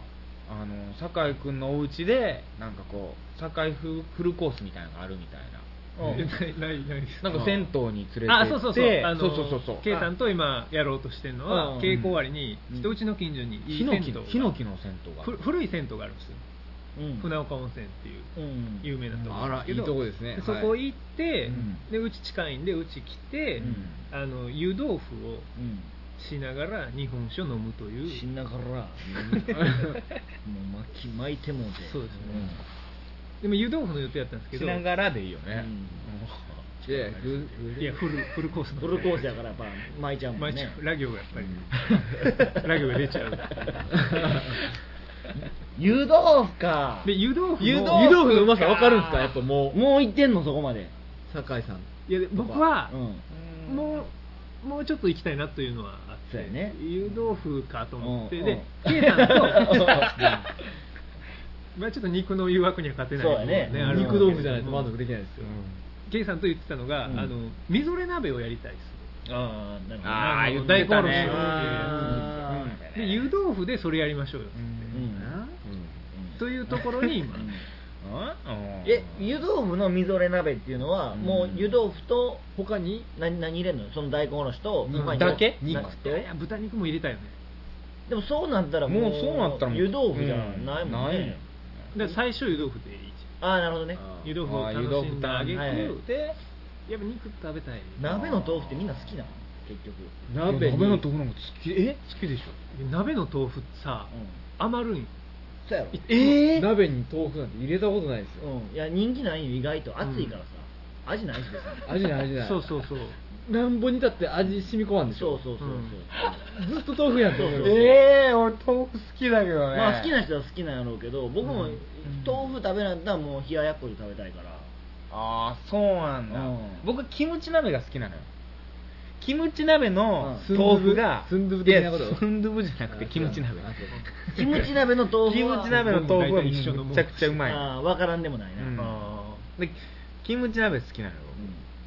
あの酒井君のお家でなんかこう酒井フフルコースみたいなのがあるみたいな
えないないないです
なんか銭湯に連れてって
あそうそうそうあの
そうそうそうそう
K さんと今やろうとしてるの
う
は
ん
稽古終わりに人うちの近所にいい
ヒノ
銭
キ
湯
の
が
ヒノキの銭湯が
ふ古い銭湯があるんですよ
うん
船岡温泉っていう
うん
有名なとこ
あ
な
ら
ん
い
け
い
ど
とこですね
そこ行って、
うん
でうち近いんでうち来て、
うん
あの湯豆腐を
うん
しながら日本酒を飲むという
死ん だからもう巻き巻いてもうて
そうですねでも湯豆腐の予定だったんですけ
し
ど
ながらでいいよね、
いやぐ
いやフルフルコース
う
の
んフルコースやからやっぱ巻いちゃうもんね
毎日ラ行がやっぱり、ラ行が出ちゃう
湯豆腐か
で湯豆腐も
湯豆腐のうまさわかるんですかやっぱ も
もう行ってんのそこまで
う酒井さん
いやで僕は
う、ん
もうもうちょっと行きたいなというのはあって
そうやね
湯豆腐かと思って、
うん
で、K さんと まあちょっと肉の誘惑には勝てない
そうやね
あるわけで
肉
す
豆腐じゃないと満足できないですよ、
ケイさんと言ってたのが、
うん
あのみぞれ鍋をやりたいです
ああなるほど
あー言
の
ってたね
大根おろしを
あ
うんで湯豆腐でそれやりましょうよ、
うん
というところ に今
うん
え湯豆腐のみぞれ鍋っていうのは、
うん
もう湯豆腐と
他に
何何入れるのその大根おろしと、
うん
今
だけ
な
肉
いや豚肉も入れたいよね
でもそうなったらも
も
う
うそうなったらもう
湯豆腐じゃないもん
うんない
ね
ね、
で最初湯豆腐でいいじ
ああなるほどね
ゃん湯豆腐を楽しんだあげく、
あー湯豆腐
でやっぱ肉食べたい
鍋の豆腐ってみんな好きなの結局、
鍋に
のところも好きえ
好きでしょ鍋の豆腐さ
うん、
余るんよ
そうやろ
えー、
鍋に豆腐なんて入れたことないですよ
うんいや人気ないよ意外と暑いからさ、味ないし別
味ない味ない
そうそうそう
なんぼにだって味染み込まんで
に
しょ
そうそうそうそう、
うん
ずっと豆腐やと思うよ
えー、俺豆腐好きだけどね
まあ好きな人は好きなんやろうけど僕も
うん
豆腐食べなんだらもう冷ややっこで食べたいから、
ああそうなんだ、
うん
僕キムチ鍋が好きなのよキムチ鍋の
うん
豆腐が
スンドゥブスンドゥブ的なこと
いやスンドゥブじゃなくてキムチ鍋
キムチ鍋の豆
キ
腐は
ムチ鍋の豆腐は
僕も大体一緒のも
め
ん
ちゃくちゃうまいの
ああ分からんでもないな、
うん
あ
でキムチ鍋好きなのよ、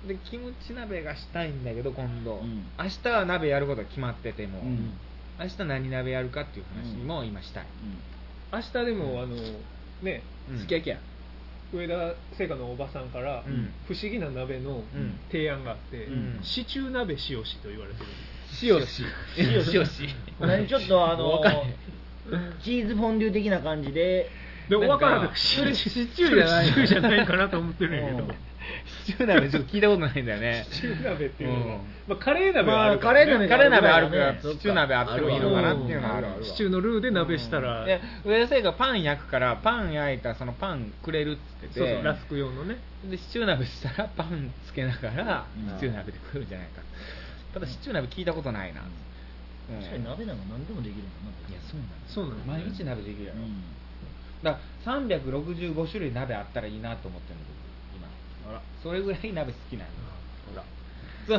う
でキムチ鍋がしたいんだけど今度、
うん
明日は鍋やることが決まってても、
うん
明日何鍋やるかっていう話も今したい、
明日でもあのね
うん
すき焼きや
上田製菓のおばさんから、
うん
不思議な鍋の
ん
提案があって、
うん
シチュー鍋しよしと言われてるんです塩し塩し
何ちょっとあの
わかんない
チーズフォンデュ的な感じで
でも
なん
分
か
からなく
それシチューじゃない
シチューじゃないかなと思ってるんやけど
シチュー鍋ちょっと聞いたことないんだよね。
シチュー鍋っていう
う
のは
ん
まあカレー鍋はあるか
まあカレ
ら
ー
ね
鍋
カレー鍋あるから、
そっか
シチュー鍋あってもいいのかなっていうのはあるわ
シチューのルーで鍋したら
いや上田製がパン焼くからパン焼いたそのパンくれるっつってて
そうそうラスク用のね
でシチュー鍋したらパンつけながら
うん
シチュー鍋で食えるんじゃないかただシチュー鍋聞いたことないな、うん
確かに鍋なんか何でもできるもんない
いやそうなんだ
そうなんだ
毎日鍋できるやろ、
うん
だから365種類鍋あったらいいなと思ってるの僕今それぐらい鍋好きなの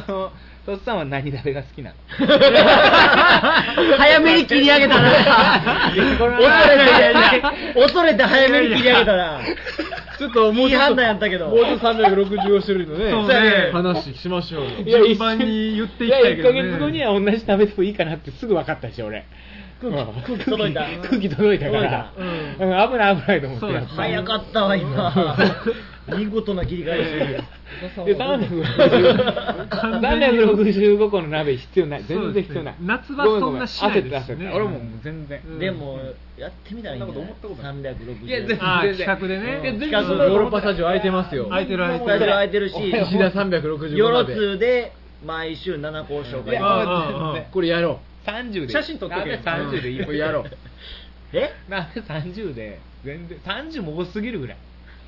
そのとっさんは何鍋が好きなの
早めに切り上げたな。恐れて、恐れて早めに切り上げたな。
ちょっともうち
いい
ょっ
判
と
断やったけど
もうちょっと365種類のね
そうね
話しましょうよ
いや
順番に言っていきたいけどね
いや1ヶ月後には同じ鍋でもいいかなってすぐ分かったでしょ俺
空気
うん
空気届いた
空気届いたから
届い
うん危ない危ないと思って
そうだ
やっぱ
早かったわ、 今。見事な切り返し。
で365 365個の鍋必要ない全然必要ない
そうですね夏場そんなしないですしね
ごめんごめん焦った焦った俺ももう全然
でも、やってみたらいいんじゃない
いや全然
360。
あー企画でね
いや全然
企画
そんな
ヨー
こ
ロッパスタジオ空いてますよ
空いてる空いて
空い
る
てる空いてるし、
石田365
よろ
鍋
つで毎週7個紹
と
介
いや
あ
うんうんうん
これやろ
30で
写真撮っとけ
鍋30でいい
うんこれやろう
え
鍋30で全然30も多すぎるぐらい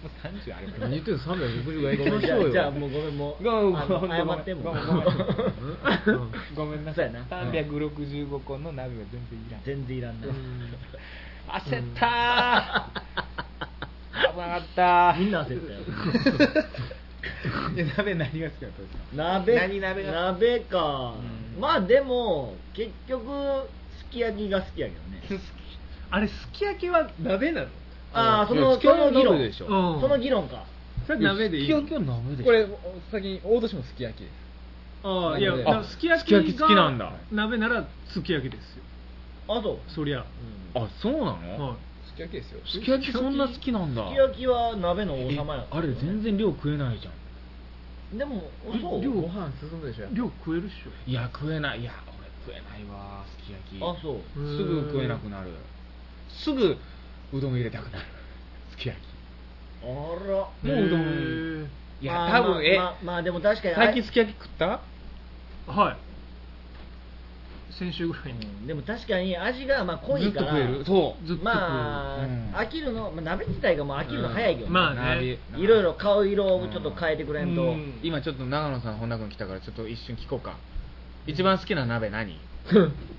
もう30あれ
う
ば
何言ってんの365やりま
じ
しょう
ゃ
よ
あじゃあもうごめんもう
ごめんごめん
あ
ごめん
の謝っても
ごめんごめん
うん
ごめんな
そ
さ
うや
い
な
365個の鍋は全然いらん
全然いらんな
焦ったー危なかった
みん な焦ったよ
ーえ鍋何が好きだったですか
鍋
何鍋が
鍋か、
うん
まあでも結局すき焼きが好きやけどね
あれすき焼きは鍋なの
ああそ
い
の
や
その
付
議論
き合いは鍋でしょ
うん
その議論か
それ鍋でいいの
鍋
これ先に大年もすき焼きです
ああいや
あ
だからすき焼き
すき焼き好きなんだ
が鍋ならすき焼きですよ
あと、
そりゃ
うん
あそうなの
は
すき焼きですよ
すき焼きそんな好きなんだ
すき焼きは鍋の王様や
えあれ全然量食えないじゃん
でもそう
量ご飯進むでしょやっ
い
ぱ
量食えるっしょ
いや食えないいや俺食えないわすき焼き
あそう
すぐ食えなくなるすぐうどん入れたくなるすき焼
あら
きもううど
へ
ん
ー
いや多
まあ
分え
まあまあでも確かにあれ
最近すき焼き食った
はい先週ぐらいに
うんでも確かに味がまあ濃いから
ずっと食えるそう
ずっと食える
まあ、
うん
飽きるの、まあ、鍋自体がもう飽きるの早いけどね、
うんまあね
鍋
いろいろ顔色をちょっと変えてくれんと、
うん
今ちょっと長野さん本田君来たからちょっと一瞬聞こうか一番好きな鍋何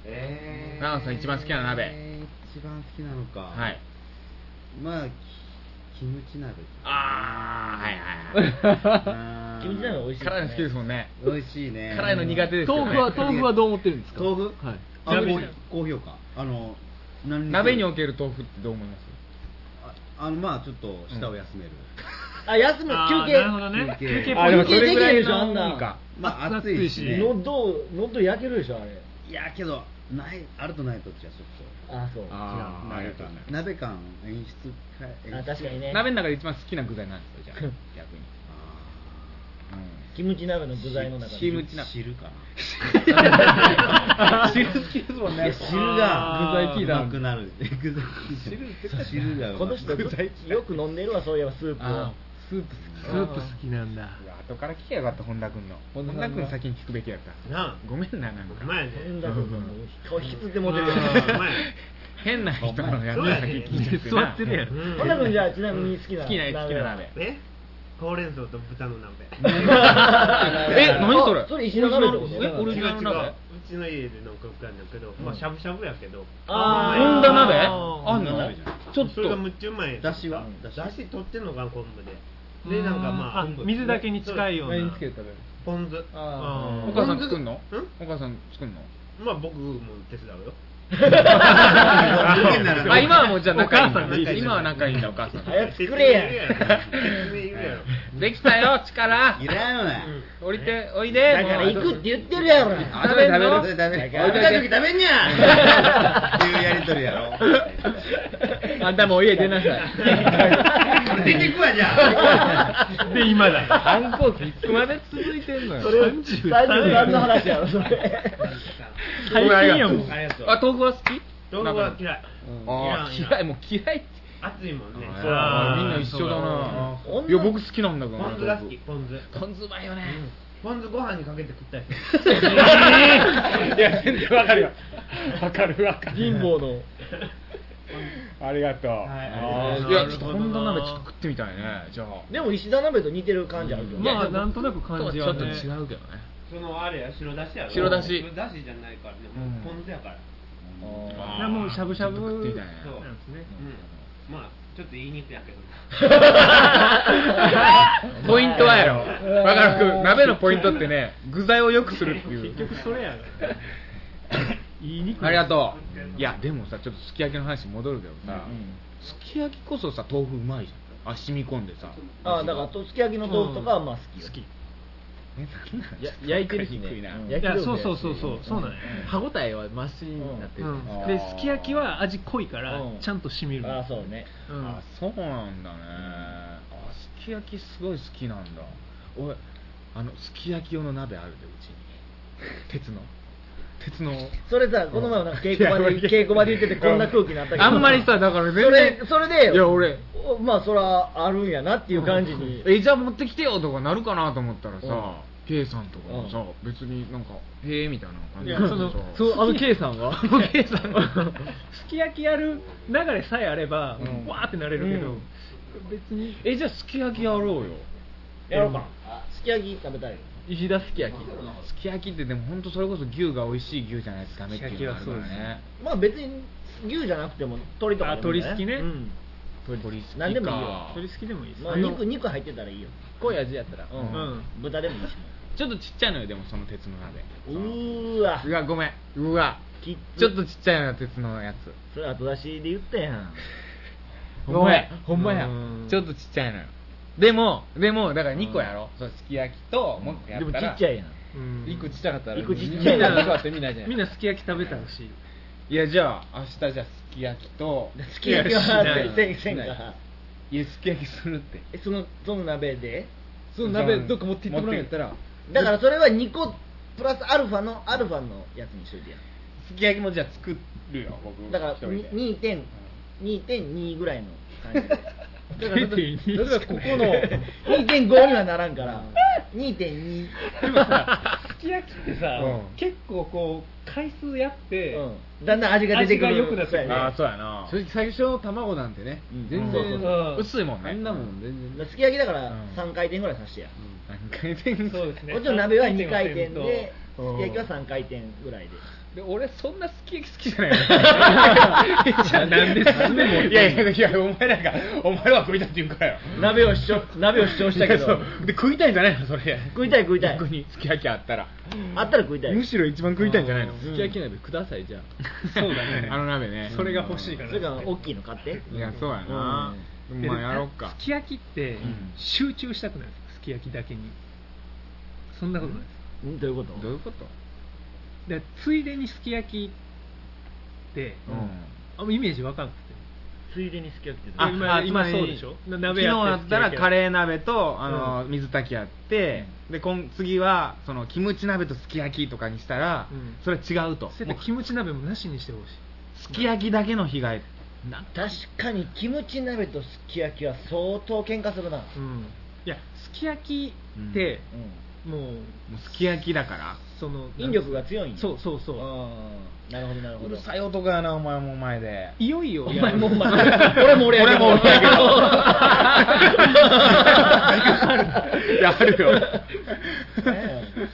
え
長野さん一番好きな鍋
一番好きなのか
はい
まあきキムチ鍋
あーはい はいは
あー
キムチ鍋美味しい
い辛いの好きですもんね
美味しいね
辛いの苦手ですよ
豆
ね
腐は豆腐はどう思ってるんですか
豆腐
はい
あ
鍋
高高評価あの何に
鍋における豆腐ってどう思います
ああのまあちょっと舌を休める、
あ休む
あー
休
なる
憩
ほどね
休憩
休憩
あ
ポ
で
イ
も
ン
そ
ト
れぐらい
できるでしょあんな
のいいか
まあ暑いしね
喉喉焼けるでしょあれ
いやけどないあるとないとじゃちょっ
あそう
と
あー
違う鍋感鍋感演出か
あ確かにね
鍋の中で一番好きな具材なんですかじゃあ逆にう
キムチ鍋の具材の
あ
中
ー
で
汁
ムチ鍋
汁かなん
汁好きですもん
いや
ね
汁が
具材聞いた
うまくなる具材汁汁がうまく
この人
なる
よく飲んでるわそういえばスープを
あースープ
スープ好きなんだ
うわ後から聞けばよかった本田君の本
田さんが
田君先に聞くべきやった
な
ごめんななんか
あ前ね
飲んだともう顔引きつって持ってる
うん前
変な人のやつ
そうや
先
ね
聞いちゃって
座
な
ってるやん
ほんなくんじゃあちなみに好きな
好きな好きな 鍋
えほうれん草と豚の鍋
え何それ
それ石の鍋ってこと
えオリジナル鍋
うちの家でなんか浮かんだけど、まあしゃぶしゃぶやけど
あー
ホンダ鍋あん
ホンダ
の
鍋じゃない
ちょっ
それが
と
むっちゃうまい
だしは
だしだし取ってんのかな昆布ででなんかまあ
あ
昆布
水だけに近いよう
何
な
つけて食べる
ポン酢
あ
お母さん作んの
うん
お母さん作んの
まあ僕も手伝うよ
あ今はもうじゃあ仲いいん
お母さんがいい
だ
ですね
今は仲いいんだお母さん
早く作れや
説明いるやろ
できたよ力
いらんよね
降りておいで
だから行くって言ってるやろ
食べんの
食べる食べる
だから
食べる食べんにゃっていうやりとりやろ
あんたもう家出なさい
出てくわじゃあ
然今だ
反抗期いつまで続いてんのよ
それ、33の話やろ、それ。
最近やもん
ありがとう
あ豆腐は好き
動画は嫌い
あ
嫌
ー
い
嫌いもう嫌いって
熱いもんね
あーみんな一緒だな
そう
いや僕好きなんだか
だ
ら
ポン酢が好きポン酢
ポン酢うまいよね
ポン酢ご飯にかけて食ったり
いや全然わかるよわかるわかる
貧乏の
ありがとう
はい
あーいやちょっと本田鍋ちょっと食ってみたいねじゃあ
でも石田鍋と似てる感じあるよね。
まあなんとなく感じはね
とはちょっと違うけどね
そのあれや白だしやろ
白だし
白だしじゃないからね
うん
ポン酢やから
あ
いやもうしゃぶしゃぶ
食ってみたいね
そう
なんですね
うんまあちょっと言いにくいやけど
ポイントはやろわか る鍋のポイントってね具材を良くするっていう
結局そ れやが言いにくい
ありがとういやでもさちょっとすき焼きの話に戻るけどさ、すき焼きこそさ豆腐うまいじゃんあ染み込んでさ
ああ、だから、とすき焼きの豆腐とかはまあ好きよ。好き。
えなんなん
や焼いてるし
わかりにくいな
ね
いや
焼き
そう
豆腐
そ
や
う
し
そうそうそうなんや
歯応えはマシになってるじゃないですか
ん
ですき焼きは味濃いから
うん
ちゃんと染みる
ああ、そうね。
うん
あそうなんだねあすき焼きすごい好きなんだ俺あのすき焼き用の鍋あるでうちに鉄の鉄の
それさ、この前もなんか稽古場で、稽古場で言ってて、こんな空気になったけど。
あんまりさだから
そ
全
れ
然、
それで、
いや俺
おまあ、そら、あるんやなっていう感じに。
えじゃあ持ってきてよとかなるかなと思ったら
うん
さ K さんとかもさ別になんかへえみたいな感じ
い
で
や
さ
その
そうあの K さんは
計算 すき焼きやる流れさえあれば、
うん
わーってなれるけ
う
ど、
ん
別に
えじゃあすき焼きやろうよ
やろうか。あすき焼き食べたい。
石田すき焼き
すき焼きってでも本当それこそ牛が美味しい牛じゃないとダメっていうのがあるから
すき焼きはそう
ね
まあ、別に牛じゃなくても、鶏とか
あ
でもいい
鳥
んじ
好
ゃない。
きね、
鶏好きか
何でもいいよ
鳥好きでもいいです
まあ、肉、肉入ってたらいいよ。
濃い味やったら
う
うんん、
豚でもいいし。
ちょっとちっちゃいのよでもその鉄の鍋
うーわ
う。わごめんうわ
きっつ
ちょっとちっちゃいのよ鉄のやつ
それ後出しで言ったやん。
ほんまやほんまや
うん
ちょっとちっちゃいのよでもでもだから2個やろそうすき焼きともう1個や
で
っ
もち
たら
っちゃいやん。
うん
一個ちっちゃかったら
一個ちっちゃ
み
い
んなみんなこうやって見ないじゃない
みんなすき焼き食べたほし い
いやじゃあ明日じゃあすき焼きと
すき焼き
い
は
やしない
せんせん
し
か
ない。いやすき焼きするって
えそのその鍋で
その鍋どっか持って行ってもらうんやったら
だからそれは2個プラスアルファのアルファのやつにしといてや
すき焼きもじゃあ作るよ僕
だから
一人で
に2.2 2ぐらいの感 じで
だから例えば例えばここ の
2.5にはならんから2.2
すき焼きってさ
うん
結構こう回数やって
うんだんだん味が出てくる
味が良くなってくる
そうや
ああ
ね
そうやな
正直最初の卵なんてね
うん
全
うん
そう
然
そう
薄いもんね
あんなもん全然
だからすき焼きだか
う
ら
ん
3回転ぐらいさせてや、
何回転ぐらい
そうですね
こっちの鍋は2回転で、す
うん
き焼きは3回転ぐらいで、
で俺そんなすき焼き好きじゃないよ じゃあなんでなんでもいやいやいやお前らがお前らは食いたいって言うからよ
鍋を主張鍋を主張したけ
いや
ど
そうで食いたいんじゃないのそれ
食いたい食いたい
逆にすき焼きあったら
あったら食いたい
むしろ一番食いたいんじゃないの
すき焼き鍋くださいじゃあ
そうだね あの鍋ね
それが欲しいから
それから大きいの買って
いやそうやなまあやろうか
すき焼きって
ん
集中したくないですかすき焼きだけにそんなことないですか
うんどういうこと
どういうこと
だからついでにすき焼きって、あんまイメージわかんなくて
ついでにすき焼きって
あ
今
あ
今
今ね
そうでしょな
昨
鍋
日
や
だ
って
ったらカレー鍋とあの、
う
水炊きやって、で今次はそのキムチ鍋とすき焼きとかにしたら、
うん
それは違うと
せやったらキムチ鍋もなしにしてほしい
すき焼きだけの被害な
確かにキムチ鍋とすき焼きは相当喧嘩するな、
うんいやすき焼きって、
う
もう
もうすき焼きだから
その
ん、引力が強いんや
そうそうそう
うんなるほどなるほ
う
ど
るさい男やなお前もお前で
いよいよ
お
や
前
る
もお 前俺も俺やけど
俺も俺 やけ やるよ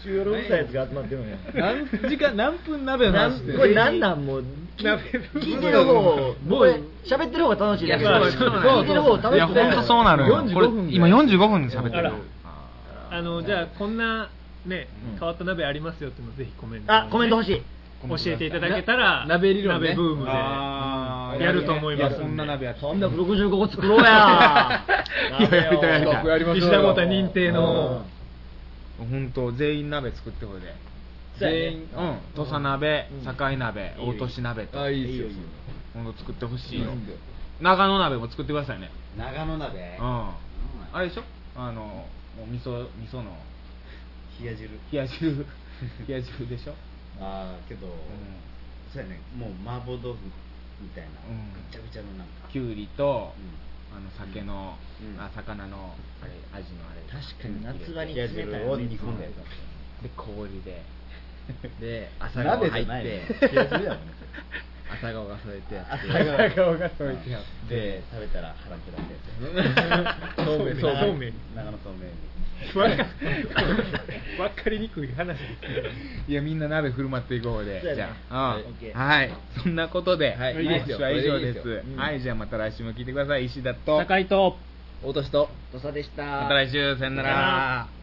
16歳やつが集まってるんや
何時間何分鍋の
なん
話で
これなんなんもう聞いてる方もう喋ってる方が楽しいだけど
いやそうそう
聞いてる方楽
い
し
や
く
ほ
ない
んとそうなのよ
45
これ
分
今45分喋って
あ
る
ら
よあ
あのじゃあこんなね変わった鍋ありますよっていうのをぜひコメント
あコメント欲しい
教えていただけたら
な鍋理論ね
鍋ブームで
あー
やると思います
やそんな鍋やって
365個作ろうや
いややりたいやりたい
石田豪太認定の
本当全員鍋作ってほいで
そうやね
全員うん土佐鍋堺鍋
いいよ
大年鍋と
あいいですよ
今度作ってほしいよ長野鍋も作ってくださいね
長野鍋
うんあれでしょあのもう味噌味噌の
冷や汁
冷や汁冷や汁でしょ、
ああけど、そうやねもう麻婆豆腐みたいな、
うん
ぐちゃぐちゃのなんか
きゅうりと、
う
あの酒の、
うん
あ魚のあれ味のあれ
確かに夏場に
冷や
冷
汁
たい
を
よね
煮込んでで氷でで朝顔
鍋
入っ
じゃない
て
冷や汁やもんね
朝顔が添えてやって
朝顔
が
それで 食べたら腹下った やつ
そうめん
長野
そう
めん
長野そうめん
わかわかりにくい話ですけど
いやみんな鍋振る舞っていこうで、
そうやね
じゃあ、
オッケ
うん
ー
はいそんなことで、
はい
今週はい
い
以上
ですよ
です
これでいいですようん
はいじゃあまた来週も聞いてください石田と
高いと
落としと
土佐でした
また来週さよな
さよな
ら
ら